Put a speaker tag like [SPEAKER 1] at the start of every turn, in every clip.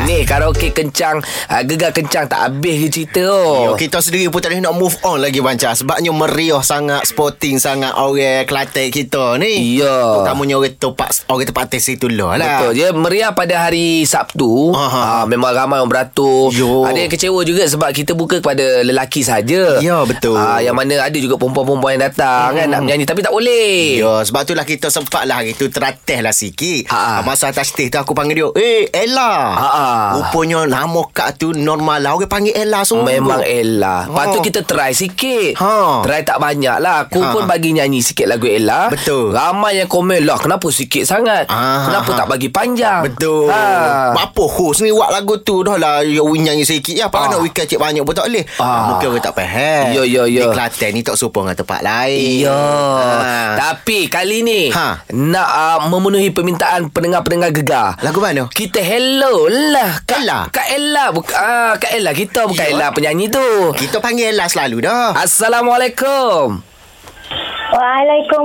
[SPEAKER 1] Ni karaoke kencang uh, Gegar kencang Tak habis ke cerita oh.
[SPEAKER 2] Oh. Kita sendiri pun tak boleh nak move on lagi Banca Sebabnya meriah sangat Sporting sangat Orang Kelantan kita ni
[SPEAKER 1] Ya.
[SPEAKER 2] Terutamanya orang tempat Orang tempat atas situ lah lah
[SPEAKER 1] Betul je Meriah pada hari Sabtu
[SPEAKER 2] Aha.
[SPEAKER 1] ha, Memang ramai orang beratur
[SPEAKER 2] Yo.
[SPEAKER 1] Ada yang kecewa juga Sebab kita buka kepada lelaki saja.
[SPEAKER 2] Ya, betul.
[SPEAKER 1] ha, Yang mana ada juga perempuan-perempuan yang datang hmm. kan, Nak menyanyi Tapi tak boleh
[SPEAKER 2] Ya, sebab tu lah kita sempat lah hari tu teratih lah sikit.
[SPEAKER 1] Ha.
[SPEAKER 2] Ha. Masa atas stage tu aku panggil dia, eh Ella.
[SPEAKER 1] Ha.
[SPEAKER 2] Rupanya nama kak tu normal lah. Orang panggil Ella semua.
[SPEAKER 1] Memang Ella Lepas tu
[SPEAKER 2] Oh.
[SPEAKER 1] kita try sikit
[SPEAKER 2] Ha.
[SPEAKER 1] Try tak banyak lah Aku
[SPEAKER 2] Ha.
[SPEAKER 1] pun bagi nyanyi sikit lagu Ella
[SPEAKER 2] Betul.
[SPEAKER 1] Ramai yang komen Lah kenapa sikit sangat
[SPEAKER 2] Ah,
[SPEAKER 1] Kenapa
[SPEAKER 2] ha.
[SPEAKER 1] tak bagi panjang
[SPEAKER 2] Betul. Ha. Apa host ni buat lagu tu dah lah yo nyanyi sikit ya. Pak
[SPEAKER 1] Ah.
[SPEAKER 2] nak weekend cik banyak pun tak boleh.
[SPEAKER 1] Ah.
[SPEAKER 2] Mungkin orang tak faham.
[SPEAKER 1] Ya, ya, ya.
[SPEAKER 2] Di Kelantan ni tak serupa dengan tempat lain.
[SPEAKER 1] Ya.
[SPEAKER 2] Ah.
[SPEAKER 1] Tapi kali ni
[SPEAKER 2] Ha.
[SPEAKER 1] nak uh, memenuhi permintaan pendengar-pendengar gegar.
[SPEAKER 2] Lagu mana?
[SPEAKER 1] Kita hello lah Kak
[SPEAKER 2] Lah. Ella?
[SPEAKER 1] Kak Ella buka, ah, Kak Ella kita bukan
[SPEAKER 2] Ya.
[SPEAKER 1] Ella penyanyi tu
[SPEAKER 2] Kita panggil Ella selalu dah.
[SPEAKER 1] Assalamualaikum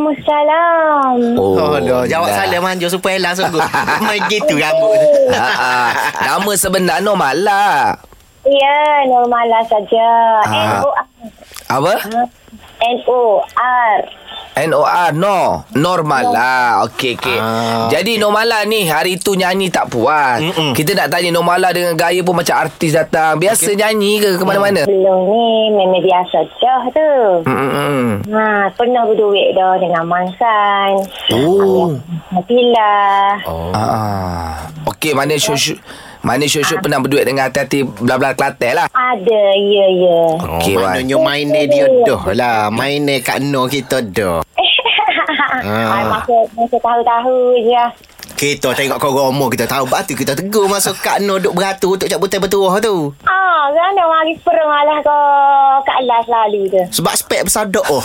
[SPEAKER 3] Waalaikumsalam.
[SPEAKER 2] Oh, dah. Jawab
[SPEAKER 1] dah.
[SPEAKER 2] salam manja supaya Ella sungguh. Main gitu rambut tu.
[SPEAKER 1] Ah, ah. Nama sebenar normal lah
[SPEAKER 3] Ya, normal lah saja.
[SPEAKER 1] Ah.
[SPEAKER 3] N-O-R.
[SPEAKER 1] Apa?
[SPEAKER 3] N-O-R.
[SPEAKER 1] N-O-R No Normal lah Okey okey
[SPEAKER 2] Ah,
[SPEAKER 1] Jadi Normala ni Hari tu nyanyi tak puas
[SPEAKER 2] Mm-mm.
[SPEAKER 1] Kita nak tanya Normala dengan gaya pun Macam artis datang Biasa nyanyi ke ke mana-mana?
[SPEAKER 3] Belum ni memang biasa dah tu.
[SPEAKER 1] Mm-mm.
[SPEAKER 3] Ha, pernah berduit dah dengan Mansan.
[SPEAKER 1] Oh.
[SPEAKER 3] Natila.
[SPEAKER 2] Oh.
[SPEAKER 1] Ah. Okey, mana syuk-syuk mana syuk-syuk pernah berduet dengan hati-hati bla-bla Kelantan lah.
[SPEAKER 3] Ada, ya, ya.
[SPEAKER 1] Okey,
[SPEAKER 2] Okay, oh, maknanya main dia, dia dah lah. Main dia Kak Noh kita dah.
[SPEAKER 3] Ah. Masa, masa tahu-tahu je.
[SPEAKER 2] Kita tengok korang umur kita tahu batu kita tegur masuk Kak Noh duk beratur untuk cabut bertuah tu.
[SPEAKER 3] Ah, kerana mari perang alah ke Kak Ella selalu tu.
[SPEAKER 2] Sebab spek bersadok oh.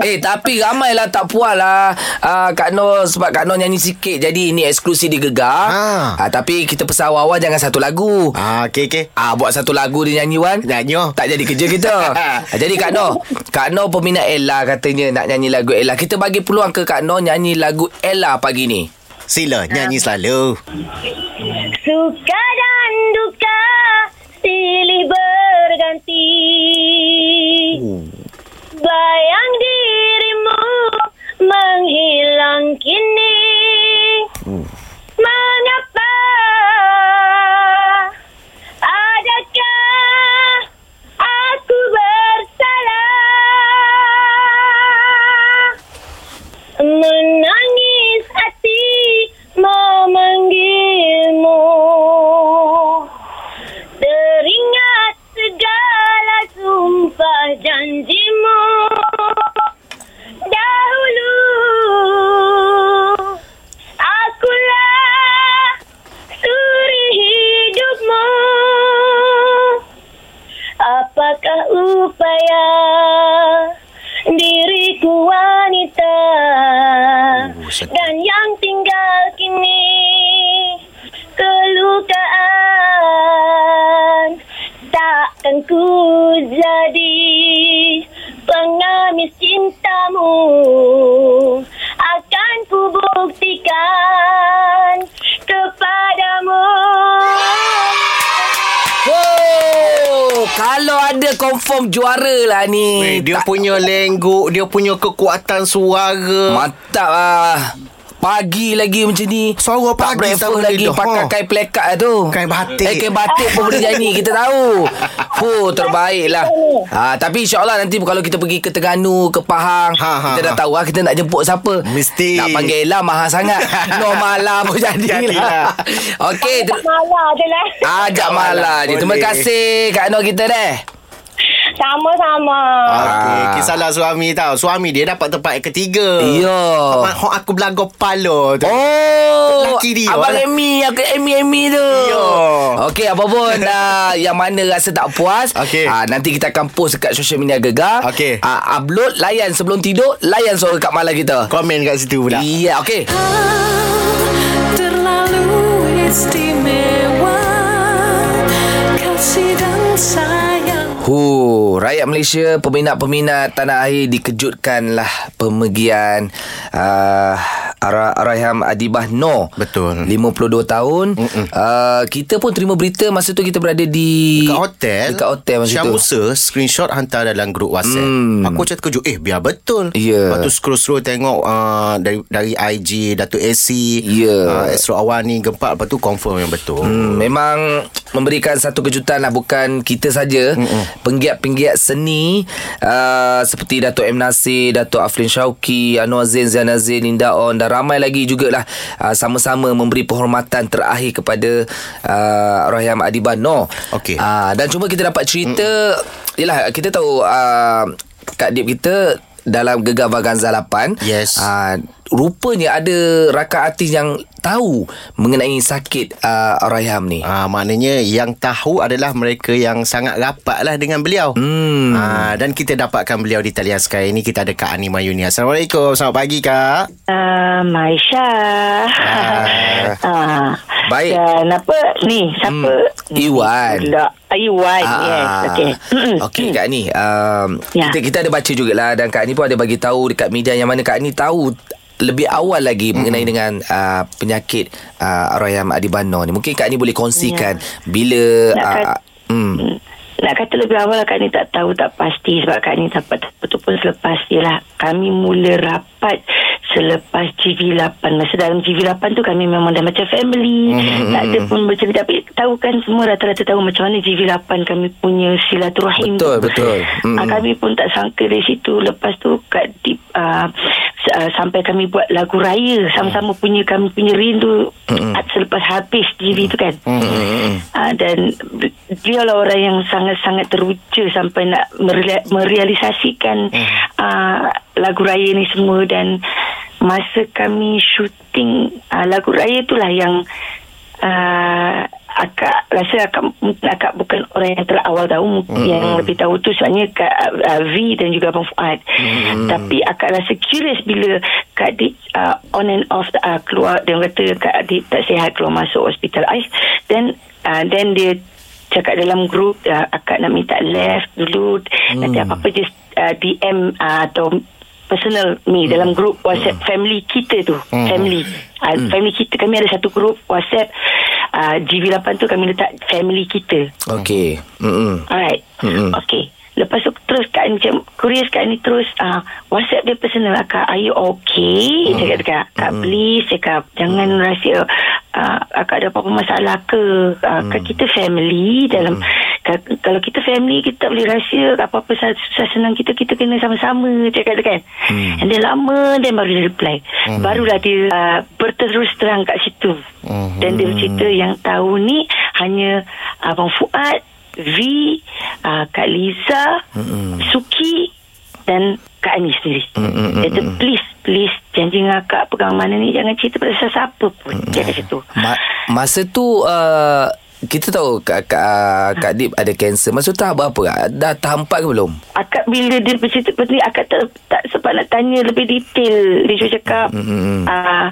[SPEAKER 1] eh tapi ramai lah tak puas lah uh, Kak Noh sebab Kak Noh nyanyi sikit jadi ini eksklusif di Gegar
[SPEAKER 2] Ha.
[SPEAKER 1] Ah, tapi kita pesan awal-awal jangan satu lagu
[SPEAKER 2] ah, okey oh. okey.
[SPEAKER 1] Ah buat satu lagu dia nyanyi Wan
[SPEAKER 2] Nyanyo.
[SPEAKER 1] Tak jadi kerja kita Ah, Jadi Kak Noh Kak Noh peminat Ella katanya Nak nyanyi lagu Ella Kita bagi peluang ke Kak Noh Nyanyi lagu Ella pagi ni
[SPEAKER 2] Sila nyanyi selalu.
[SPEAKER 3] Suka dan duka silih berganti Bayang dirimu menghilang kini Mengapa adakah aku bersalah Menangis hati memanggilmu Teringat segala sumpah janjimu Dahulu Akulah suri hidupmu Apakah upaya diriku wanita
[SPEAKER 2] Oh, sedap.
[SPEAKER 3] Dan yang tinggal kini Kelukaan Takkan ku jadi Pengamis cintamu Akan ku buktikan Kepadamu
[SPEAKER 1] Wow, kalau ada confirm juara lah ni.
[SPEAKER 2] Weh, dia punya lengguk, dia punya kekuatan suara.
[SPEAKER 1] mantap ah. Pagi lagi macam ni.
[SPEAKER 2] Suara
[SPEAKER 1] tak
[SPEAKER 2] pagi
[SPEAKER 1] breakfast
[SPEAKER 2] sama
[SPEAKER 1] lagi
[SPEAKER 2] dia,
[SPEAKER 1] pakai
[SPEAKER 2] ha.
[SPEAKER 1] kain pelekat lah tu.
[SPEAKER 2] Kain
[SPEAKER 1] Eh,
[SPEAKER 2] batik.
[SPEAKER 1] kain batik pun boleh nyanyi. Kita tahu. Fuh, terbaik lah. Ha, tapi insyaAllah nanti kalau kita pergi ke Terengganu, ke Pahang.
[SPEAKER 2] Ha, ha,
[SPEAKER 1] kita dah
[SPEAKER 2] ha.
[SPEAKER 1] tahu lah kita nak jemput siapa.
[SPEAKER 2] Mesti.
[SPEAKER 1] Nak panggil Ella mahal sangat. Normal lah pun jadilah.
[SPEAKER 2] Jadilah.
[SPEAKER 1] Okey. Ter-
[SPEAKER 3] Malah je lah
[SPEAKER 1] ajak malah je. Terima
[SPEAKER 2] Boleh.
[SPEAKER 1] kasih Kak Noh kita deh.
[SPEAKER 3] Sama-sama
[SPEAKER 2] Okey,
[SPEAKER 1] Ah.
[SPEAKER 2] kisahlah suami tau. Suami dia dapat tempat yang ketiga.
[SPEAKER 1] Ya.
[SPEAKER 2] Abang, hok aku belaga pala tu.
[SPEAKER 1] Oh
[SPEAKER 2] Lelaki dia
[SPEAKER 1] Abang
[SPEAKER 2] lah.
[SPEAKER 1] Amy Aku Amy Amy tu
[SPEAKER 2] Yo.
[SPEAKER 1] Okey apa pun uh, Yang mana rasa tak puas
[SPEAKER 2] Okey.
[SPEAKER 1] ah, Nanti kita akan post Dekat social media Gegar
[SPEAKER 2] Okey.
[SPEAKER 1] Ah, Upload Layan sebelum tidur Layan suara Kak Mala kita
[SPEAKER 2] Komen kat situ pula.
[SPEAKER 1] Iya okey
[SPEAKER 4] Terlalu istimewa kasih dan sayang.
[SPEAKER 1] Hu, rakyat Malaysia, peminat-peminat tanah air dikejutkanlah pemergian uh, Ar- Arham Adibah Noor.
[SPEAKER 2] Betul.
[SPEAKER 1] 52 tahun. Uh, kita pun terima berita masa tu kita berada di
[SPEAKER 2] Dekat hotel
[SPEAKER 1] Dekat hotel masa
[SPEAKER 2] Syah
[SPEAKER 1] tu.
[SPEAKER 2] Musa Screenshot hantar dalam grup whatsapp
[SPEAKER 1] Hmm.
[SPEAKER 2] Aku macam terkejut Eh biar betul
[SPEAKER 1] Ya.
[SPEAKER 2] Lepas tu scroll-scroll tengok uh, Dari dari IG Datuk AC
[SPEAKER 1] Ya.
[SPEAKER 2] uh, Astro Awani Gempak Lepas tu confirm yang betul
[SPEAKER 1] Hmm, memang memberikan satu kejutan lah bukan kita saja penggiat-penggiat seni uh, seperti Dato' M Nasir, Dato' Aflin Syauki, Anwar Zain, Zain Azin, Linda On dan ramai lagi jugalah uh, sama-sama memberi penghormatan terakhir kepada uh, Rahyam Adiban Noor.
[SPEAKER 2] Okey.
[SPEAKER 1] Uh, dan cuma kita dapat cerita yalah kita tahu uh, Kak Dip kita dalam Gegar Vaganza 8
[SPEAKER 2] Yes.
[SPEAKER 1] uh, Ah, rupanya ada rakan artis yang tahu mengenai sakit uh, Arayham ni.
[SPEAKER 2] Ah, maknanya yang tahu adalah mereka yang sangat rapat lah dengan beliau.
[SPEAKER 1] Hmm.
[SPEAKER 2] Ah, dan kita dapatkan beliau di talian sekarang ini. Kita ada Kak Ani Mayuni. Assalamualaikum. Selamat pagi, Kak.
[SPEAKER 3] Uh, Maisha.
[SPEAKER 2] Ah.
[SPEAKER 3] Ah.
[SPEAKER 1] Baik.
[SPEAKER 3] Dan apa ni? Siapa?
[SPEAKER 1] Hmm, Iwan. Oh,
[SPEAKER 3] Pula. Ah, Iwan. yes. Okay.
[SPEAKER 1] Okey Kak Ni um,
[SPEAKER 3] Ya.
[SPEAKER 1] kita, kita ada baca jugalah Dan Kak Ni pun ada bagi tahu Dekat media yang mana Kak Ni tahu lebih awal lagi mengenai dengan uh, penyakit uh, Arayam Adibano ni. Mungkin Kak Ni boleh kongsikan bila
[SPEAKER 3] Ya. Nak
[SPEAKER 1] uh,
[SPEAKER 3] kat-
[SPEAKER 1] hmm,
[SPEAKER 3] Nak kata lebih awal Kak Ni tak tahu tak pasti Sebab Kak Ni dapat betul pun selepas Yelah kami mula rapat Selepas GV8 Masa dalam GV8 tu kami memang dah macam family
[SPEAKER 1] Mhm,
[SPEAKER 3] mm-hmm. Tak ada pun macam Tapi tahu kan semua rata-rata tahu Macam mana GV8 kami punya silaturahim
[SPEAKER 1] Betul,
[SPEAKER 3] tu.
[SPEAKER 1] betul. Mhm.
[SPEAKER 3] Ah,
[SPEAKER 1] Mm-mm.
[SPEAKER 3] Kami pun tak sangka dari situ Lepas tu Kak Dip uh, Sampai kami buat lagu raya Sama-sama
[SPEAKER 1] Mhm.
[SPEAKER 3] punya kami punya rindu Selepas habis GV tu kan
[SPEAKER 1] hmm,
[SPEAKER 3] Ah, dan dia lah orang yang sangat-sangat teruja sampai nak mereali- merealisasikan ah, lagu raya ni semua dan masa kami syuting ah, lagu raya itulah yang ah, akak rasa akak mungkin akak bukan orang yang terawal tahu mungkin yang lebih tahu tu sebenarnya Kak uh, V dan juga Abang Fuad tapi akak rasa curious bila Kak Dik ah, on and off ah, keluar dia orang kata Kak Dik tak sihat keluar masuk hospital ICE then Ah, Then dia cakap dalam grup uh, akak nak minta left dulu hmm. nanti apa-apa just uh, DM uh, atau personal ni hmm. dalam grup WhatsApp hmm. family kita tu hmm. family uh, hmm. family kita kami ada satu grup WhatsApp uh, GV8 tu kami letak family kita
[SPEAKER 1] Okey. Hmm.
[SPEAKER 3] Alright.
[SPEAKER 1] Mm-mm.
[SPEAKER 3] Mm-hmm. Okay. Lepas tu terus Kak Ani macam Curious Kak Ani terus uh, Whatsapp dia personal lah Kak Are you okay
[SPEAKER 1] Hmm.
[SPEAKER 3] mm. Cakap dekat Kak mm. please Cakap jangan mm. rahsia uh, Akak ada apa-apa masalah ke uh,
[SPEAKER 1] Hmm.
[SPEAKER 3] mm. Kita family Dalam Kak, Kalau kita family Kita tak boleh rahsia Apa-apa sa- susah senang kita Kita kena sama-sama Cakap dekat
[SPEAKER 1] Hmm.
[SPEAKER 3] mm. And then lama Then baru dia reply mm. Barulah dia uh, Berterus terang kat situ
[SPEAKER 1] Hmm.
[SPEAKER 3] mm. Dan dia cerita yang tahu ni Hanya Abang Fuad V, uh, Kak Liza, Mm-mm. Suki dan Kak Ani sendiri. Dia kata, please, please, janji dengan Kak pegang mana ni, jangan cerita pada sesiapa pun. Dia kata tu.
[SPEAKER 1] Ma- masa tu uh, kita tahu Kak, ah, Kak,
[SPEAKER 3] Ah.
[SPEAKER 1] Kak Dip ada kanser. Masa tu tahap berapa? Dah tahap empat ke belum?
[SPEAKER 3] Akak bila dia bercerita seperti ni, akak tak, tak sempat nak tanya lebih detail. Dia cuma cakap, uh,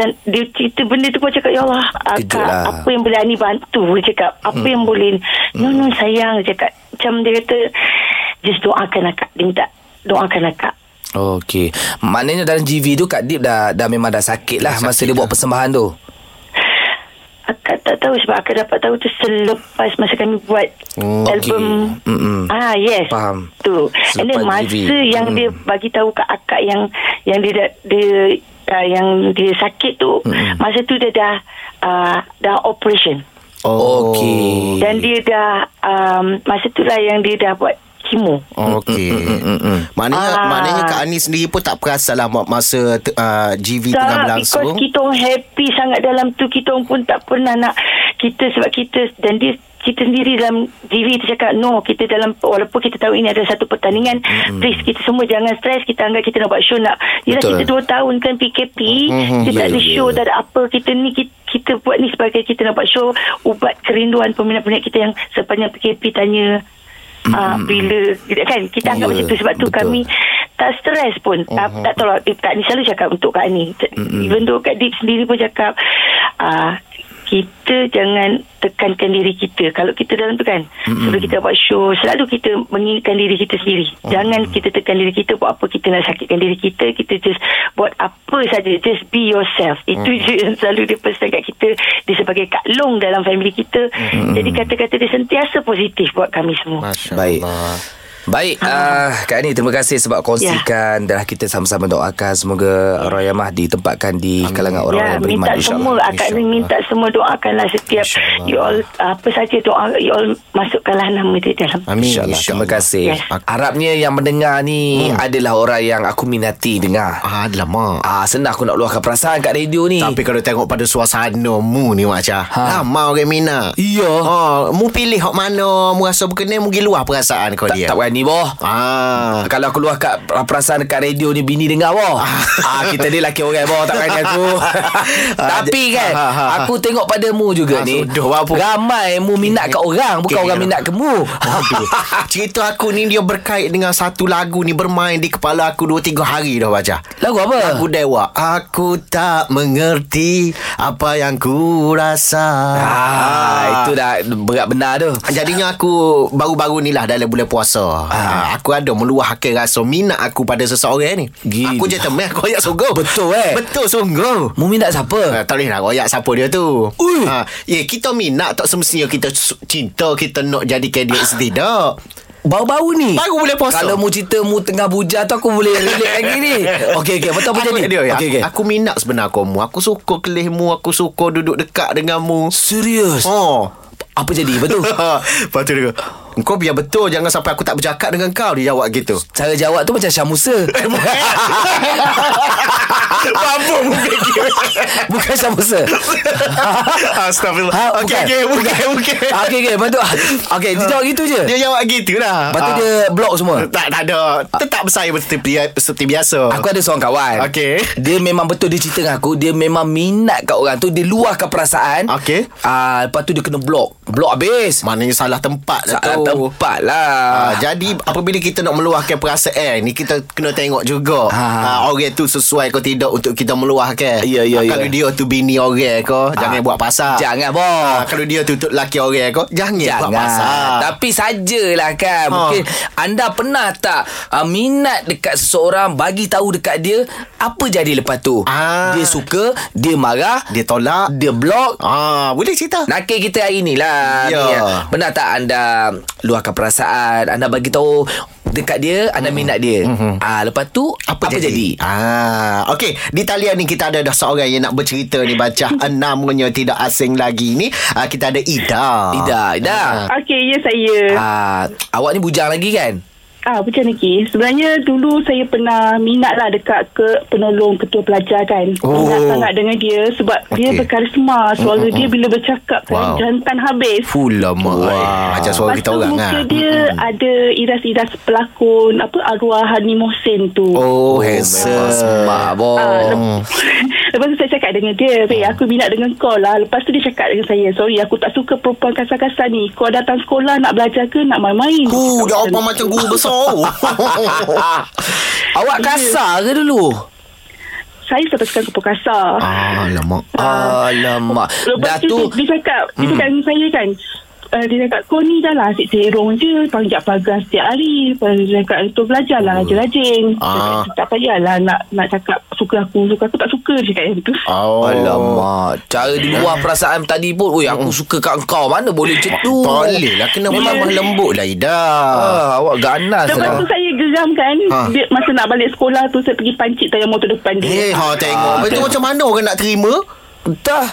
[SPEAKER 3] dia cerita benda tu pun cakap, Ya Allah,
[SPEAKER 1] Kejut
[SPEAKER 3] akak,
[SPEAKER 1] lah.
[SPEAKER 3] apa yang boleh Ani bantu? Dia cakap, apa yang boleh? No, no, sayang. Dia cakap, macam dia kata, just doakan akak. Dia minta, doakan akak.
[SPEAKER 1] Okey. Maknanya dalam GV tu Kak Dip dah dah memang dah sakit lah
[SPEAKER 2] Dah
[SPEAKER 1] masa dia
[SPEAKER 2] sakit
[SPEAKER 1] buat
[SPEAKER 2] dah.
[SPEAKER 1] persembahan tu.
[SPEAKER 3] Akak tak tahu sebab akak dapat tahu tu selepas masa kami buat
[SPEAKER 1] Oh, okey.
[SPEAKER 3] album.
[SPEAKER 1] Mm-mm.
[SPEAKER 3] Ah yes.
[SPEAKER 1] Faham.
[SPEAKER 3] Tu. And then
[SPEAKER 1] Selepas
[SPEAKER 3] masa
[SPEAKER 1] GV.
[SPEAKER 3] yang
[SPEAKER 1] Mm.
[SPEAKER 3] dia bagi tahu kat akak yang yang dia dah- dia uh, yang dia sakit tu masa tu dia dah uh, dah operation
[SPEAKER 1] Okey.
[SPEAKER 3] dan dia dah um, masa tu lah yang dia dah buat kemo.
[SPEAKER 2] Okey. mm, Maknanya
[SPEAKER 3] Ah.
[SPEAKER 2] maknanya Kak Ani sendiri pun tak perasan lah ma- masa te- uh, GV tengah
[SPEAKER 3] Tak, lah,
[SPEAKER 2] berlangsung.
[SPEAKER 3] because kita orang happy sangat dalam tu kita orang pun tak pernah nak kita sebab kita dan dia kita sendiri dalam TV tu cakap no kita dalam walaupun kita tahu ini ada satu pertandingan mm-hmm. please kita semua jangan stres kita anggap kita nak buat show nak yelah
[SPEAKER 1] Betul.
[SPEAKER 3] kita dua tahun kan PKP mm-hmm. kita
[SPEAKER 1] Ya,
[SPEAKER 3] tak ada
[SPEAKER 1] ya,
[SPEAKER 3] show
[SPEAKER 1] ya.
[SPEAKER 3] tak ada apa kita ni kita, kita buat ni sebagai kita nak buat show ubat kerinduan peminat-peminat kita yang sepanjang PKP tanya Ah, bila kan kita
[SPEAKER 1] Ya,
[SPEAKER 3] anggap macam tu sebab tu
[SPEAKER 1] betul.
[SPEAKER 3] kami tak stres pun uh-huh. tak, tak tahu lah Kak ni selalu cakap untuk Kak ni mm-hmm. even though Kak Dip sendiri pun cakap uh, kita jangan tekankan diri kita kalau kita dalam tu kan mm-hmm. sebelum kita buat show selalu kita mengingatkan diri kita sendiri mm-hmm. jangan kita tekan diri kita buat apa kita nak sakitkan diri kita kita just buat apa saja just be yourself itu mm-hmm. je yang selalu dia pesan kat kita dia sebagai kak long dalam family kita mm-hmm. jadi kata-kata dia sentiasa positif buat kami semua
[SPEAKER 2] Masya
[SPEAKER 1] Baik.
[SPEAKER 2] Allah.
[SPEAKER 1] Baik, uh,
[SPEAKER 2] Ah.
[SPEAKER 1] Kak Ani terima kasih
[SPEAKER 2] Ya.
[SPEAKER 1] sebab kongsikan dan kita sama-sama doakan semoga Raya Mahdi tempatkan di kalangan
[SPEAKER 2] Ya,
[SPEAKER 1] orang-orang yang beriman
[SPEAKER 3] Ya, minta semua
[SPEAKER 1] insya-Allah.
[SPEAKER 3] akak ni minta semua doakanlah setiap
[SPEAKER 2] InsyaAllah.
[SPEAKER 3] you all apa saja doa you all masukkanlah nama dia dalam
[SPEAKER 2] Amin. Ya.
[SPEAKER 1] InsyaAllah. Terima
[SPEAKER 2] InsyaAllah.
[SPEAKER 1] kasih.
[SPEAKER 3] Yes.
[SPEAKER 1] Harapnya yang mendengar
[SPEAKER 2] Hmm.
[SPEAKER 1] ni adalah orang yang aku minati dengar.
[SPEAKER 2] Ah, lama.
[SPEAKER 1] Ah, senang aku nak luahkan perasaan kat radio ni.
[SPEAKER 2] Tapi kalau tengok pada suasana mu ni Mak Syah ha. Lama orang Mina
[SPEAKER 1] Iya.
[SPEAKER 2] Oh, mu pilih hak mana Mu rasa berkenan Mu pergi luar perasaan kau
[SPEAKER 1] Tak,
[SPEAKER 2] dia
[SPEAKER 1] tak berani boh.
[SPEAKER 2] Ah.
[SPEAKER 1] Kalau aku luah kat perasaan dekat radio ni bini dengar boh. ah kita ni laki orang boh tak berani aku. Tapi kan
[SPEAKER 2] Ah, ah, ah.
[SPEAKER 1] aku tengok pada mu juga
[SPEAKER 2] Ah,
[SPEAKER 1] ni.
[SPEAKER 2] sudah, apa?
[SPEAKER 1] Ramai mu minat kat orang bukan
[SPEAKER 2] Okey,
[SPEAKER 1] orang
[SPEAKER 2] okey.
[SPEAKER 1] minat ke mu.
[SPEAKER 2] Aduh. Cerita aku ni dia berkait dengan satu lagu ni bermain di kepala aku 2 3 hari dah baca.
[SPEAKER 1] Lagu apa?
[SPEAKER 2] Lagu Dewa. Aku tak mengerti apa yang ku rasa.
[SPEAKER 1] Ah, itu dah berat benar tu.
[SPEAKER 2] Jadinya aku baru-baru ni lah dalam bulan puasa. Ah. Aku ada meluahkan rasa minat aku pada seseorang ni.
[SPEAKER 1] Gila.
[SPEAKER 2] Aku je teman aku royak sungguh.
[SPEAKER 1] Betul, eh?
[SPEAKER 2] Betul sungguh.
[SPEAKER 1] Mu minat siapa?
[SPEAKER 2] Uh, tak boleh nak royak siapa dia tu
[SPEAKER 1] Ui.
[SPEAKER 2] ha, Ya kita minat Tak semestinya kita su- cinta Kita nak jadikan dia Tidak
[SPEAKER 1] Baru-baru ni
[SPEAKER 2] Baru boleh puasa.
[SPEAKER 1] Kalau mu cerita mu tengah buja tu Aku boleh relate lagi ni Okey okey Betul apa
[SPEAKER 2] Aku-
[SPEAKER 1] jadi
[SPEAKER 2] dia, ya.
[SPEAKER 1] Okey
[SPEAKER 2] aku,
[SPEAKER 1] okey
[SPEAKER 2] aku minat sebenarnya kamu. Aku suka kelihmu, aku suka duduk dekat denganmu.
[SPEAKER 1] Serius
[SPEAKER 2] Oh.
[SPEAKER 1] Apa jadi Betul
[SPEAKER 2] Lepas tu dia kata, Kau biar betul Jangan sampai aku tak bercakap dengan kau Dia jawab gitu
[SPEAKER 1] Cara jawab tu macam Syah Musa
[SPEAKER 2] Eh, Mampu mungkin
[SPEAKER 1] Bukan Syah Musa Ha,
[SPEAKER 2] Astagfirullah Okey
[SPEAKER 1] bukan.
[SPEAKER 2] okey Bukan bukan
[SPEAKER 1] Okey okey Lepas tu ah, Okey dia jawab gitu je
[SPEAKER 2] Dia jawab gitu lah
[SPEAKER 1] Lepas tu dia block semua
[SPEAKER 2] Tak tak ada Tetap bersaing seperti, bi- seperti biasa
[SPEAKER 1] Aku ada seorang kawan
[SPEAKER 2] Okey.
[SPEAKER 1] Dia memang betul dia cerita dengan aku Dia memang minat kat orang tu Dia luahkan perasaan
[SPEAKER 2] Okey.
[SPEAKER 1] Ah, Lepas tu dia kena block Block habis
[SPEAKER 2] Maknanya salah tempat dah
[SPEAKER 1] Saat
[SPEAKER 2] tu.
[SPEAKER 1] tempat lah
[SPEAKER 2] Ah, jadi apabila kita nak meluahkan perasaan eh, ni kita kena tengok juga
[SPEAKER 1] Ah.
[SPEAKER 2] ah. orang tu sesuai ke tidak untuk kita meluahkan.
[SPEAKER 1] Ya, ya,
[SPEAKER 2] Ah,
[SPEAKER 1] ya.
[SPEAKER 2] Kalau dia tu bini orang ke Ah. jangan buat pasal.
[SPEAKER 1] Jangan boh
[SPEAKER 2] Ah, kalau dia tu tu laki orang ke jangan, buat pasal.
[SPEAKER 1] Jangan Tapi sajalah kan
[SPEAKER 2] Ha.
[SPEAKER 1] Mungkin anda pernah tak uh, Minat dekat seseorang Bagi tahu dekat dia Apa jadi lepas tu
[SPEAKER 2] Ah.
[SPEAKER 1] Dia suka Dia marah
[SPEAKER 2] dia tolak.
[SPEAKER 1] Dia block
[SPEAKER 2] Ah, boleh cerita.
[SPEAKER 1] Nakir kita hari ni lah
[SPEAKER 2] Ya.
[SPEAKER 1] Mia. Pernah tak anda Luahkan perasaan Anda bagi tahu Dekat dia Anda
[SPEAKER 2] Hmm.
[SPEAKER 1] minat dia Ah, Lepas tu Apa, apa jadi?
[SPEAKER 2] Ah, okey, di talian ni kita ada dah seorang yang nak bercerita ni baca namanya tidak asing lagi ni. Ah, kita ada Ida.
[SPEAKER 1] Ida Ida
[SPEAKER 5] Okey, ya saya.
[SPEAKER 1] ah, Awak ni bujang lagi kan?
[SPEAKER 5] Ah, macam ni, Ki. Sebenarnya dulu saya pernah minat lah dekat ke penolong ketua pelajar kan.
[SPEAKER 2] Oh.
[SPEAKER 5] Minat sangat dengan dia sebab okay. dia
[SPEAKER 2] Okey.
[SPEAKER 5] berkarisma. Suara dia bila bercakap
[SPEAKER 2] Wow.
[SPEAKER 5] kan, jantan habis.
[SPEAKER 2] Pula mak. Wah, macam suara
[SPEAKER 5] Lepas
[SPEAKER 2] kita
[SPEAKER 5] tu
[SPEAKER 2] orang
[SPEAKER 5] muka
[SPEAKER 2] ah.
[SPEAKER 5] dia ada iras-iras pelakon apa arwah Hani Mohsin tu.
[SPEAKER 2] Oh,
[SPEAKER 1] memang Smart boh
[SPEAKER 5] Ah, lep- Lepas tu saya cakap dengan dia Weh aku minat dengan kau lah Lepas tu dia cakap dengan saya Sorry aku tak suka perempuan kasar-kasar ni Kau datang sekolah nak belajar ke Nak main-main
[SPEAKER 2] Oh,
[SPEAKER 5] Dia cakap
[SPEAKER 2] jawapan macam guru besar.
[SPEAKER 1] Awak kasar ke dulu?
[SPEAKER 5] Saya sampai sekarang kepala kasar
[SPEAKER 2] Ah. Alamak.
[SPEAKER 1] Alamak Dah
[SPEAKER 5] Lepas
[SPEAKER 1] tu
[SPEAKER 5] tu dia, dia cakap Dia cakap dengan saya kan uh, Dia cakap kau ni dah lah Asyik serong je Panjat pagar setiap hari Lepas tu Dia cakap tu belajar lah Rajin-rajin Dia cakap,
[SPEAKER 2] Ah.
[SPEAKER 5] Tak payahlah nak nak cakap Suka aku Suka aku tak suka Dia cakap macam tu
[SPEAKER 2] Oh.
[SPEAKER 1] Alamak Cara di luar perasaan tadi pun Oi aku suka kat kau Mana boleh macam tu
[SPEAKER 2] Tak boleh lah Kena
[SPEAKER 5] Memang-
[SPEAKER 2] memang lembut lah Ida
[SPEAKER 1] ah, Awak ganas
[SPEAKER 5] Lepas
[SPEAKER 1] lah
[SPEAKER 5] tu saya geram kan
[SPEAKER 2] Ha.
[SPEAKER 5] dia, Masa nak balik sekolah tu Saya pergi pancit tayar motor depan dia
[SPEAKER 2] Eh ha tengok Lepas tu macam mana orang nak terima
[SPEAKER 1] Entah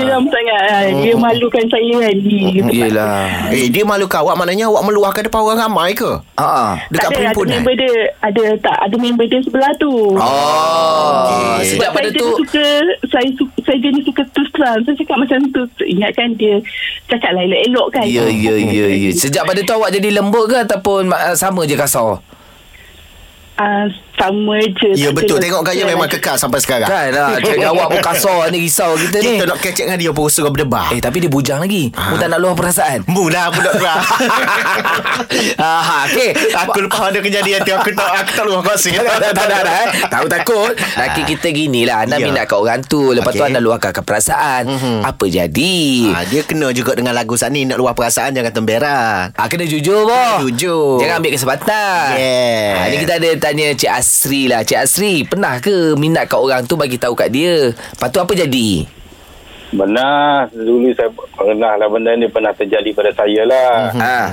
[SPEAKER 5] Geram sangat ah.
[SPEAKER 2] Oh.
[SPEAKER 5] Dia malukan saya kan Dia-
[SPEAKER 1] Yelah
[SPEAKER 2] Eh dia malu kau awak Maknanya awak meluahkan depan orang ramai ke
[SPEAKER 1] Ah,
[SPEAKER 5] tak ada, ada
[SPEAKER 2] Dekat perhimpunan
[SPEAKER 5] member dia Ada tak Ada member dia sebelah tu
[SPEAKER 1] Oh,
[SPEAKER 3] Ah.
[SPEAKER 2] Ah, Okey.
[SPEAKER 1] sejak pada
[SPEAKER 5] saya
[SPEAKER 1] tu
[SPEAKER 5] jenis suka saya suka, saya jenis suka terus terang. Saya cakap macam tu ingatkan dia cakap lah elok-elok kan.
[SPEAKER 1] Ya, ya, ya, ya. Sejak pada tu awak jadi lembut ke ataupun ah, sama je kasar?
[SPEAKER 5] Uh, sama je
[SPEAKER 2] Ya
[SPEAKER 5] tak
[SPEAKER 2] betul
[SPEAKER 5] kena
[SPEAKER 2] Tengok gaya
[SPEAKER 5] kira
[SPEAKER 2] memang
[SPEAKER 5] lagi.
[SPEAKER 2] kekal sampai sekarang
[SPEAKER 1] Kan lah Cakap awak pun kasar ni Risau kita ni
[SPEAKER 2] Ya. Kita nak kecek dengan dia Pun suka berdebar
[SPEAKER 1] Eh tapi dia bujang lagi Mu tak nak luar perasaan
[SPEAKER 2] Mula budak tu
[SPEAKER 1] Ah, okey.
[SPEAKER 2] Aku lepas ada kejadian tu Aku tak Aku tak luar kau sini
[SPEAKER 1] tak, tak, tak, tak, tak, eh. Tahu takut Laki kita gini lah Anda yeah.
[SPEAKER 2] Ya.
[SPEAKER 1] minat kat orang tu Lepas okay. tu
[SPEAKER 2] Okey. Mhm.
[SPEAKER 1] anda luahkan ke perasaan mm-hmm. Apa jadi
[SPEAKER 2] Ah, dia kena juga dengan lagu saat ni Nak luar perasaan Jangan temberan
[SPEAKER 1] ah. Kena jujur boh
[SPEAKER 2] Jujur.
[SPEAKER 1] Jangan ambil kesempatan
[SPEAKER 2] Yeah.
[SPEAKER 1] ah, Ni kita ada tanya Cik Asri lah Cik Asri Pernah ke minat kat orang tu Bagi tahu kat dia Lepas tu apa jadi
[SPEAKER 6] Benar, dulu saya pernah lah benda ni pernah terjadi pada saya lah.
[SPEAKER 2] Mhm. Hmm.
[SPEAKER 1] ah.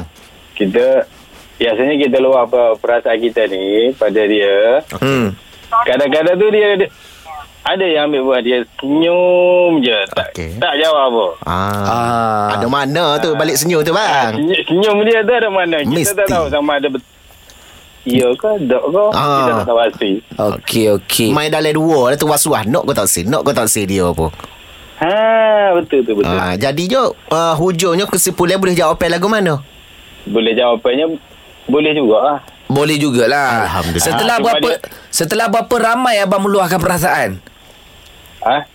[SPEAKER 6] Kita, biasanya kita luar apa perasaan kita ni pada dia.
[SPEAKER 1] Hmm.
[SPEAKER 6] Kadang-kadang tu dia, dia ada yang ambil buat dia senyum je. Tak,
[SPEAKER 2] Okey.
[SPEAKER 6] tak jawab apa.
[SPEAKER 2] Ah.
[SPEAKER 1] Ah.
[SPEAKER 2] Ada mana tu balik senyum tu bang?
[SPEAKER 6] Senyum, senyum dia tu ada mana? Kita tak
[SPEAKER 2] Mesti.
[SPEAKER 6] tahu sama ada betul. Ya ke, tak ke? Kita
[SPEAKER 2] Ah.
[SPEAKER 6] tak tahu pasti.
[SPEAKER 1] Okey okey.
[SPEAKER 2] Main dalam dua lah tu was-was Nak kau tak si Nak kau tak si dia pun
[SPEAKER 6] Ha, betul tu, betul.
[SPEAKER 2] ah, Jadi je uh, Hujungnya kesimpulan boleh jawab lagu mana?
[SPEAKER 6] Boleh jawapannya, boleh juga lah.
[SPEAKER 1] Boleh jugalah.
[SPEAKER 2] Alhamdulillah.
[SPEAKER 1] Setelah
[SPEAKER 6] Ah,
[SPEAKER 1] berapa
[SPEAKER 6] cuma
[SPEAKER 1] setelah berapa ramai abang meluahkan perasaan?
[SPEAKER 6] Ha?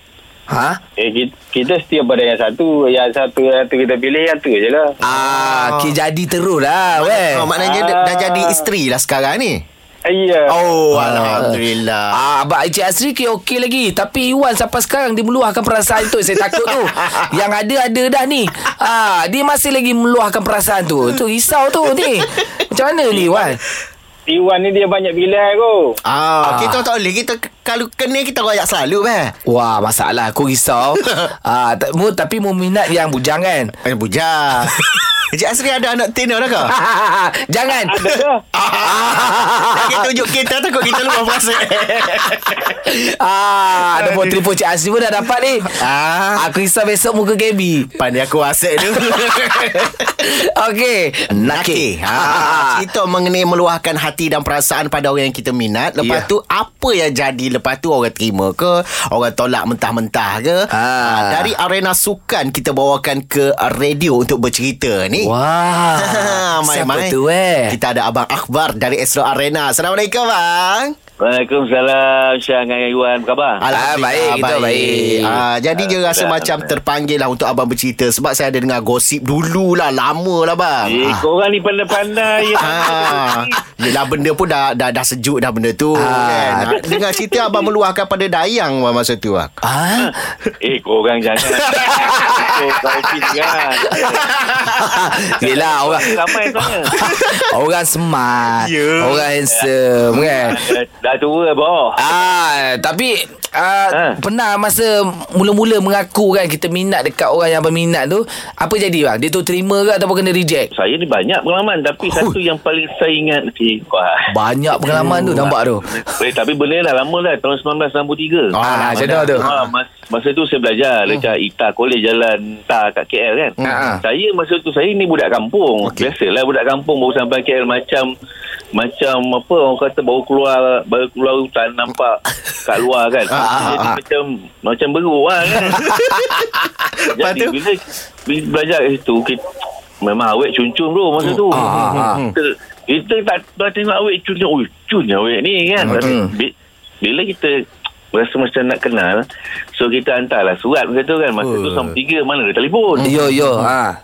[SPEAKER 1] Ha?
[SPEAKER 6] Eh, kita, kita setia pada yang satu. Yang satu yang tu kita pilih, yang tu je lah.
[SPEAKER 1] Ah, okay, jadi terus lah weh.
[SPEAKER 2] Oh, maknanya dah, dah jadi isteri lah sekarang ni
[SPEAKER 7] Eh, ya.
[SPEAKER 6] Iya.
[SPEAKER 2] Oh Alhamdulillah
[SPEAKER 1] Ah, Abang Encik Asri ke okey lagi Tapi Iwan sampai sekarang Dia meluahkan perasaan tu Saya takut tu Yang ada-ada dah ni ah, Dia masih lagi meluahkan perasaan tu Tu risau tu ni Macam mana ni Iwan
[SPEAKER 6] Iwan ni dia banyak pilihan kot.
[SPEAKER 2] Ah, kita tak boleh kita kalau kena kita royak selalu eh. beh.
[SPEAKER 1] Wah masalah aku risau ah, tak, mu, Tapi mu minat yang bujang kan
[SPEAKER 2] Eh bujang. Encik Asri ada anak tina dah kau?
[SPEAKER 1] Jangan
[SPEAKER 6] Ada ke?
[SPEAKER 2] Kita tunjuk kita takut kita lupa puasa.
[SPEAKER 1] Ah, ada pun telefon Cik Asri pun dah dapat ni.
[SPEAKER 2] Ah.
[SPEAKER 1] Aku risau besok muka KB.
[SPEAKER 2] Pandai aku asyik tu.
[SPEAKER 1] Okey.
[SPEAKER 2] Naki.
[SPEAKER 1] Nakir.
[SPEAKER 2] Ha,
[SPEAKER 1] Ah.
[SPEAKER 2] cerita mengenai meluahkan hati dan perasaan pada orang yang kita minat. Lepas
[SPEAKER 1] Ya.
[SPEAKER 2] tu apa yang jadi? Lepas tu orang terima ke? Orang tolak mentah-mentah ke?
[SPEAKER 1] Ah.
[SPEAKER 2] Ah, dari arena sukan kita bawakan ke radio untuk bercerita ni.
[SPEAKER 1] Wah.
[SPEAKER 2] mai,
[SPEAKER 1] Siapa
[SPEAKER 2] mai.
[SPEAKER 1] tu eh?
[SPEAKER 2] Ah, Kita ada Abang Akbar dari Astro Arena. Assalamualaikum, Bang.
[SPEAKER 7] Waalaikumsalam Syah dengan Iwan Apa khabar?
[SPEAKER 1] Ah, baik, kita baik.
[SPEAKER 2] Ah, jadi dia rasa macam terpanggil lah untuk abang bercerita sebab saya ada dengar gosip dulu lah, lama lah bang.
[SPEAKER 7] Eh,
[SPEAKER 2] Ah.
[SPEAKER 7] korang ni pandai-pandai.
[SPEAKER 2] Ah, yelah benda pun dah, dah dah sejuk dah benda tu ah. kan. Dengar cerita abang meluahkan pada dayang bang, masa tu bang.
[SPEAKER 1] Ah,
[SPEAKER 7] eh, korang jangan. Eh, Kau kopi kan.
[SPEAKER 1] yelah orang
[SPEAKER 7] Ramai sana.
[SPEAKER 1] orang smart, yeah. orang handsome kan.
[SPEAKER 7] Eh, Dah tua, boh.
[SPEAKER 1] Ah, tapi ah,
[SPEAKER 7] Ah.
[SPEAKER 1] pernah masa mula-mula mengaku kan kita minat dekat orang yang berminat tu, apa jadi bang? Dia tu terima ke ataupun kena reject?
[SPEAKER 7] Saya ni banyak pengalaman Tapi satu yang paling saya ingat Eh, wah.
[SPEAKER 1] Banyak pengalaman tu nampak tu.
[SPEAKER 7] Eh, tapi benda ni dah lama lah Tahun
[SPEAKER 2] Ah,
[SPEAKER 7] 1993
[SPEAKER 1] Ah, macam
[SPEAKER 2] mana?
[SPEAKER 1] tu tu.
[SPEAKER 7] Ha, mas, masa tu saya belajar Dekat ITA College Jalan Ta kat KL kan
[SPEAKER 1] Ah.
[SPEAKER 7] Saya masa tu Saya ni budak kampung
[SPEAKER 2] Okey.
[SPEAKER 7] okay. Biasalah budak kampung Baru sampai KL Macam Macam apa Orang kata baru keluar Baru keluar hutan Nampak Kat luar kan
[SPEAKER 2] Ah, ah,
[SPEAKER 7] Jadi
[SPEAKER 2] ah.
[SPEAKER 7] macam Macam beruk lah kan
[SPEAKER 2] Lepas
[SPEAKER 7] Jadi
[SPEAKER 2] tu?
[SPEAKER 7] bila, bila belajar kat situ kita, Memang awet cun-cun bro Masa tu Hmm.
[SPEAKER 1] ah, ah, ah.
[SPEAKER 7] Kita, kita tak, tak tengok awet cun-cun Oh cun lah awet ni kan
[SPEAKER 1] Ah,
[SPEAKER 7] Tapi bi- Bila kita Rasa macam nak kenal So kita hantarlah surat Masa tu kan Masa tu
[SPEAKER 2] Oh.
[SPEAKER 7] sama tiga Mana ada telefon
[SPEAKER 1] Yo yo ha.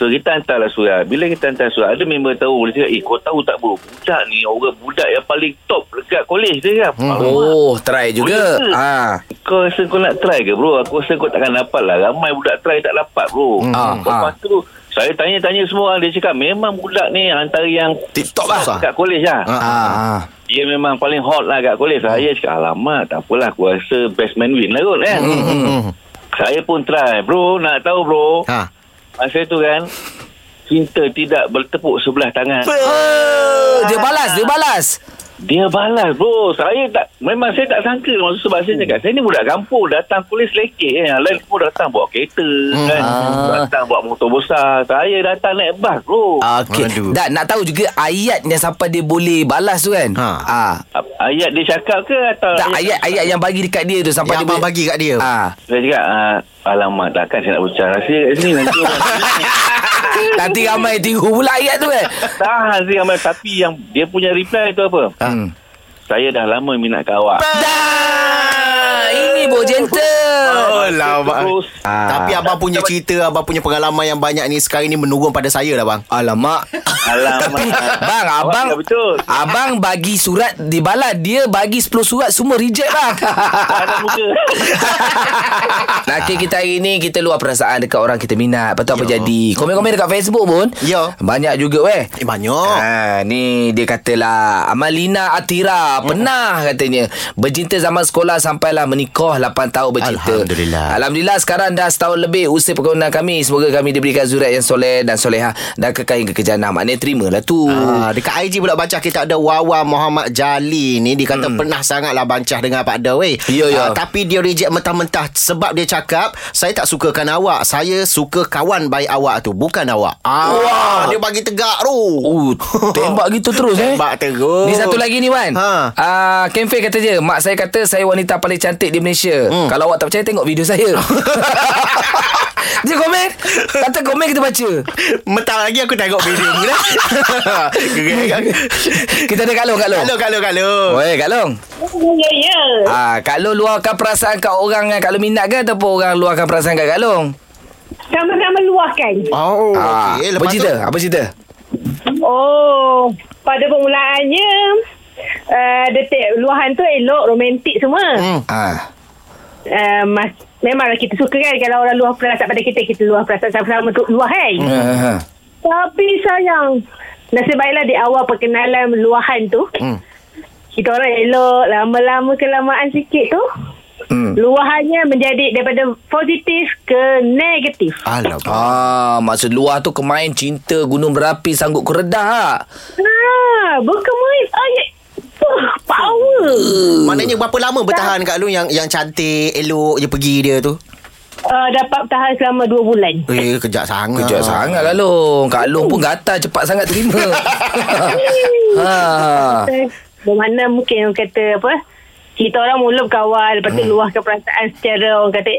[SPEAKER 7] So kita hantarlah surat Bila kita hantar surat Ada member tahu Dia cakap Eh kau tahu tak bro Budak ni orang budak yang paling top Dekat kolej dia kan Alamak.
[SPEAKER 1] Oh, try juga.
[SPEAKER 7] Boleh ke?
[SPEAKER 1] Ha.
[SPEAKER 7] Kau rasa kau nak try ke bro? Aku rasa kau takkan dapat lah. Ramai budak try tak dapat bro. Hmm.
[SPEAKER 1] Ah,
[SPEAKER 7] Lepas
[SPEAKER 1] ah.
[SPEAKER 7] tu, saya tanya-tanya semua orang. Dia cakap memang budak ni antara yang
[SPEAKER 2] TikTok lah.
[SPEAKER 7] kat kolej lah.
[SPEAKER 2] Ah.
[SPEAKER 7] Ha.
[SPEAKER 1] Ha. ha.
[SPEAKER 7] Dia memang paling hot lah kat kolej. Saya cakap, alamak tak apalah. Aku rasa best man win lah kot kan.
[SPEAKER 2] Hmm.
[SPEAKER 7] Saya pun try. Bro, nak tahu bro.
[SPEAKER 2] Ha.
[SPEAKER 7] Masa tu kan, cinta tidak bertepuk sebelah tangan.
[SPEAKER 1] Oh, dia balas, dia balas.
[SPEAKER 7] Dia balas bro Saya tak Memang saya tak sangka Maksud sebab saya cakap Saya ni budak kampung Datang kulis lekek eh. Yang lain semua datang bawa kereta hmm. kan?
[SPEAKER 1] Ah.
[SPEAKER 7] Datang bawa motor besar Saya datang naik bas bro ah.
[SPEAKER 1] Okey.
[SPEAKER 2] Aduh.
[SPEAKER 1] Dan nak tahu juga ayat yang sampai dia boleh balas tu kan?
[SPEAKER 2] Ha.
[SPEAKER 1] Ha.
[SPEAKER 7] Ayat dia cakap ke Atau
[SPEAKER 1] Tak ayat ayat yang bagi dekat dia tu sampai
[SPEAKER 2] Yang
[SPEAKER 1] dia
[SPEAKER 2] abang bagi kat dia.
[SPEAKER 1] Ah.
[SPEAKER 7] Saya cakap ah, Alamak takkan saya nak berbicara Saya kat sini nanti orang
[SPEAKER 1] Nanti ramai tiru pula ayat tu kan?
[SPEAKER 2] Ah.
[SPEAKER 7] Tahan saya ambil Tapi yang Dia punya reply tu apa
[SPEAKER 1] Hmm.
[SPEAKER 7] saya dah lama minat kat awak.
[SPEAKER 1] Dah Ini Bo Gentle
[SPEAKER 2] Oh, lama.
[SPEAKER 7] Terus.
[SPEAKER 1] Ah.
[SPEAKER 2] Tapi abang punya cerita, abang punya pengalaman yang banyak ni sekarang ni menurun pada saya lah bang.
[SPEAKER 1] Alamak
[SPEAKER 7] Alamak.
[SPEAKER 1] Bang
[SPEAKER 7] Awak
[SPEAKER 1] abang
[SPEAKER 7] dah betul.
[SPEAKER 1] Abang bagi surat Di balat Dia bagi 10 surat Semua reject bang
[SPEAKER 7] Ada muka.
[SPEAKER 1] Laki kita hari ni Kita luar perasaan Dekat orang kita minat Lepas tu apa jadi Komen-komen dekat Facebook pun
[SPEAKER 2] Ya.
[SPEAKER 1] Banyak juga weh
[SPEAKER 2] Eh banyak.
[SPEAKER 1] Ha, ni dia katalah Amalina Atira
[SPEAKER 2] Oh.
[SPEAKER 1] Pernah katanya Bercinta zaman sekolah Sampailah menikah 8 tahun bercinta
[SPEAKER 2] Alhamdulillah.
[SPEAKER 1] Alhamdulillah sekarang dah setahun lebih Usia perkahwinan kami Semoga kami diberikan zuriat yang soleh dan solehah Dan kekal hingga kejana Maknanya terimalah tu
[SPEAKER 2] Ah, dekat IG pula baca kita ada Wawa Muhammad Jali ni dia kata pernah sangatlah bancah dengan Pak Ada weh.
[SPEAKER 1] Hmm. Ya, ya.
[SPEAKER 2] Ah, tapi dia reject mentah-mentah sebab dia cakap saya tak sukakan awak. Saya suka kawan baik awak tu bukan awak. Ah, Wah. dia bagi tegak tu.
[SPEAKER 1] Oh, tembak gitu terus eh.
[SPEAKER 2] Tembak terus.
[SPEAKER 1] Ni satu lagi ni Wan.
[SPEAKER 2] Ha.
[SPEAKER 1] Ha. Uh, Kenfe kata je, mak saya kata saya wanita paling cantik di Malaysia. Hmm. Kalau awak tak percaya tengok video saya. dia komen. Kata komen kita baca.
[SPEAKER 2] Mentah lagi aku tengok video ni lah.
[SPEAKER 1] Kita ada Kak Long, Kak Long.
[SPEAKER 2] Kalau kalau kalau.
[SPEAKER 1] Oi, Kak Long.
[SPEAKER 3] Ya, ya.
[SPEAKER 1] Ah, Kak Long luahkan perasaan kat orang yang Kak Long minat ke ataupun orang luahkan perasaan kat Kak Long?
[SPEAKER 3] Sama-sama luahkan.
[SPEAKER 2] Oh,
[SPEAKER 1] Ah,
[SPEAKER 2] okey.
[SPEAKER 1] apa cerita? Apa cerita?
[SPEAKER 3] Oh, pada permulaannya uh, detik luahan tu elok, romantik semua.
[SPEAKER 2] Hmm.
[SPEAKER 1] Ah.
[SPEAKER 3] Uh, mas, memanglah kita suka kan kalau orang luah perasaan pada kita, kita luah perasaan sama-sama untuk luah kan.
[SPEAKER 1] Hmm.
[SPEAKER 3] Tapi sayang, nasib baiklah di awal perkenalan luahan tu,
[SPEAKER 2] Hmm.
[SPEAKER 3] kita orang elok, lama-lama kelamaan sikit tu,
[SPEAKER 1] Hmm.
[SPEAKER 3] luahannya menjadi daripada positif ke negatif.
[SPEAKER 2] Alamak.
[SPEAKER 1] Ah, maksud luar tu kemain cinta gunung berapi sanggup ah. ku redah.
[SPEAKER 3] Ha, bukan main. Ayat. Wah, power.
[SPEAKER 1] Hmm.
[SPEAKER 2] Maknanya berapa lama bertahan Kak Long yang yang cantik, elok je pergi dia tu?
[SPEAKER 3] Uh, dapat tahan selama 2 bulan.
[SPEAKER 2] Eh, kejap sangat.
[SPEAKER 1] Kejap sangat Kak Long Kak Long pun gatal cepat sangat terima ha.
[SPEAKER 3] Bermakna mungkin orang kata apa kita orang mula berkawan lepas tu hmm. luahkan perasaan secara orang kata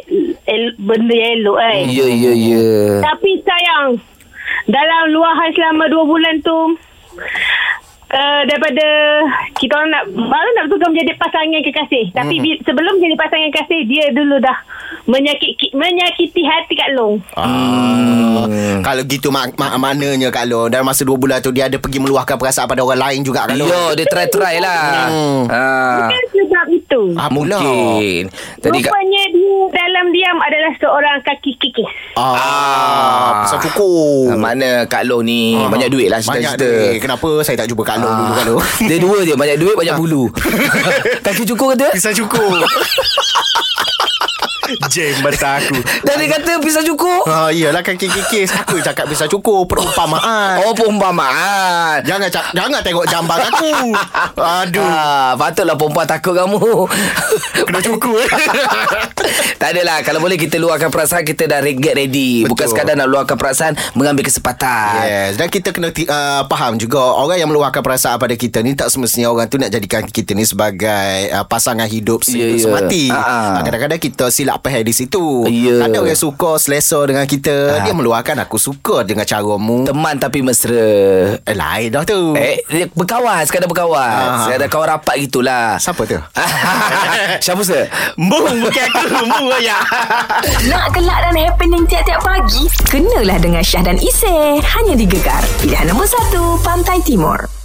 [SPEAKER 3] el, benda yang elok kan
[SPEAKER 1] Ya ya ya
[SPEAKER 3] tapi sayang dalam luahan selama 2 bulan tu Uh, daripada kita orang nak baru nak tukar menjadi pasangan kekasih tapi
[SPEAKER 1] Hmm.
[SPEAKER 3] bi- sebelum jadi pasangan kekasih dia dulu dah menyakiti menyakiti hati Kak Long
[SPEAKER 2] Ah.
[SPEAKER 1] Hmm.
[SPEAKER 2] Kalau gitu mak, mak, maknanya Kak Long dalam masa 2 bulan tu dia ada pergi meluahkan perasaan pada orang lain juga Kak Long.
[SPEAKER 1] Yo Ya, dia try-try lah
[SPEAKER 2] Hmm.
[SPEAKER 1] ha.
[SPEAKER 3] kan sebab itu
[SPEAKER 2] Ah, pula.
[SPEAKER 1] Mungkin Tadi Kak
[SPEAKER 3] rupanya dia dalam diam adalah seorang kaki kikis
[SPEAKER 2] Ah, ah. pasal cukup.
[SPEAKER 1] Ha, Mana Kak Long ni
[SPEAKER 2] Ah.
[SPEAKER 1] Banyak duit lah
[SPEAKER 2] Banyak
[SPEAKER 1] cerita-cerita Ah.
[SPEAKER 2] duit. Kenapa saya tak jumpa Kak Long dulu Kak Ah. Long?
[SPEAKER 1] Dia dua je Banyak duit banyak bulu Kaki cukur kata
[SPEAKER 2] Kisah cukup. Jeng mata aku.
[SPEAKER 1] Dan dia kata pisah cukur
[SPEAKER 2] Ah, iyalah kan kikis. Aku cakap bisa cukup perumpamaan.
[SPEAKER 1] Oh perumpamaan
[SPEAKER 2] Jangan cak, jangan tengok jamban aku. Aduh.
[SPEAKER 1] Ah, patutlah perempuan takut kamu.
[SPEAKER 2] Kena cukup eh.
[SPEAKER 1] tak adalah Kalau boleh kita luahkan perasaan Kita dah re- get ready Betul. Bukan
[SPEAKER 2] Betul.
[SPEAKER 1] sekadar nak luahkan perasaan Mengambil kesempatan yeah.
[SPEAKER 2] Yes, dan kita kena ti- uh, faham juga orang yang meluahkan perasaan pada kita ni tak semestinya orang tu nak jadikan kita ni sebagai uh, pasangan hidup
[SPEAKER 1] Ya, ya.
[SPEAKER 2] sehidup yeah, semati.
[SPEAKER 1] Ha-ha.
[SPEAKER 2] Uh, Kadang-kadang kita silap pahal di situ.
[SPEAKER 1] Ya. Ah.
[SPEAKER 2] Ada orang yang suka selesa dengan kita, dia meluahkan aku suka dengan caramu.
[SPEAKER 1] Teman tapi mesra
[SPEAKER 2] eh, lain dah tu.
[SPEAKER 1] Eh, dia berkawan Sekadar berkawan
[SPEAKER 2] Ah.
[SPEAKER 1] Sekadar kawan rapat gitulah
[SPEAKER 2] Siapa tu?
[SPEAKER 1] Siapa sir?
[SPEAKER 2] Mung bukan aku, mung ya.
[SPEAKER 4] Nak kelak dan happening tiap-tiap pagi? Kenalah dengan Syah dan Isy. Hanya di Gegar. Pilihan nombor 1, Pantai Timur.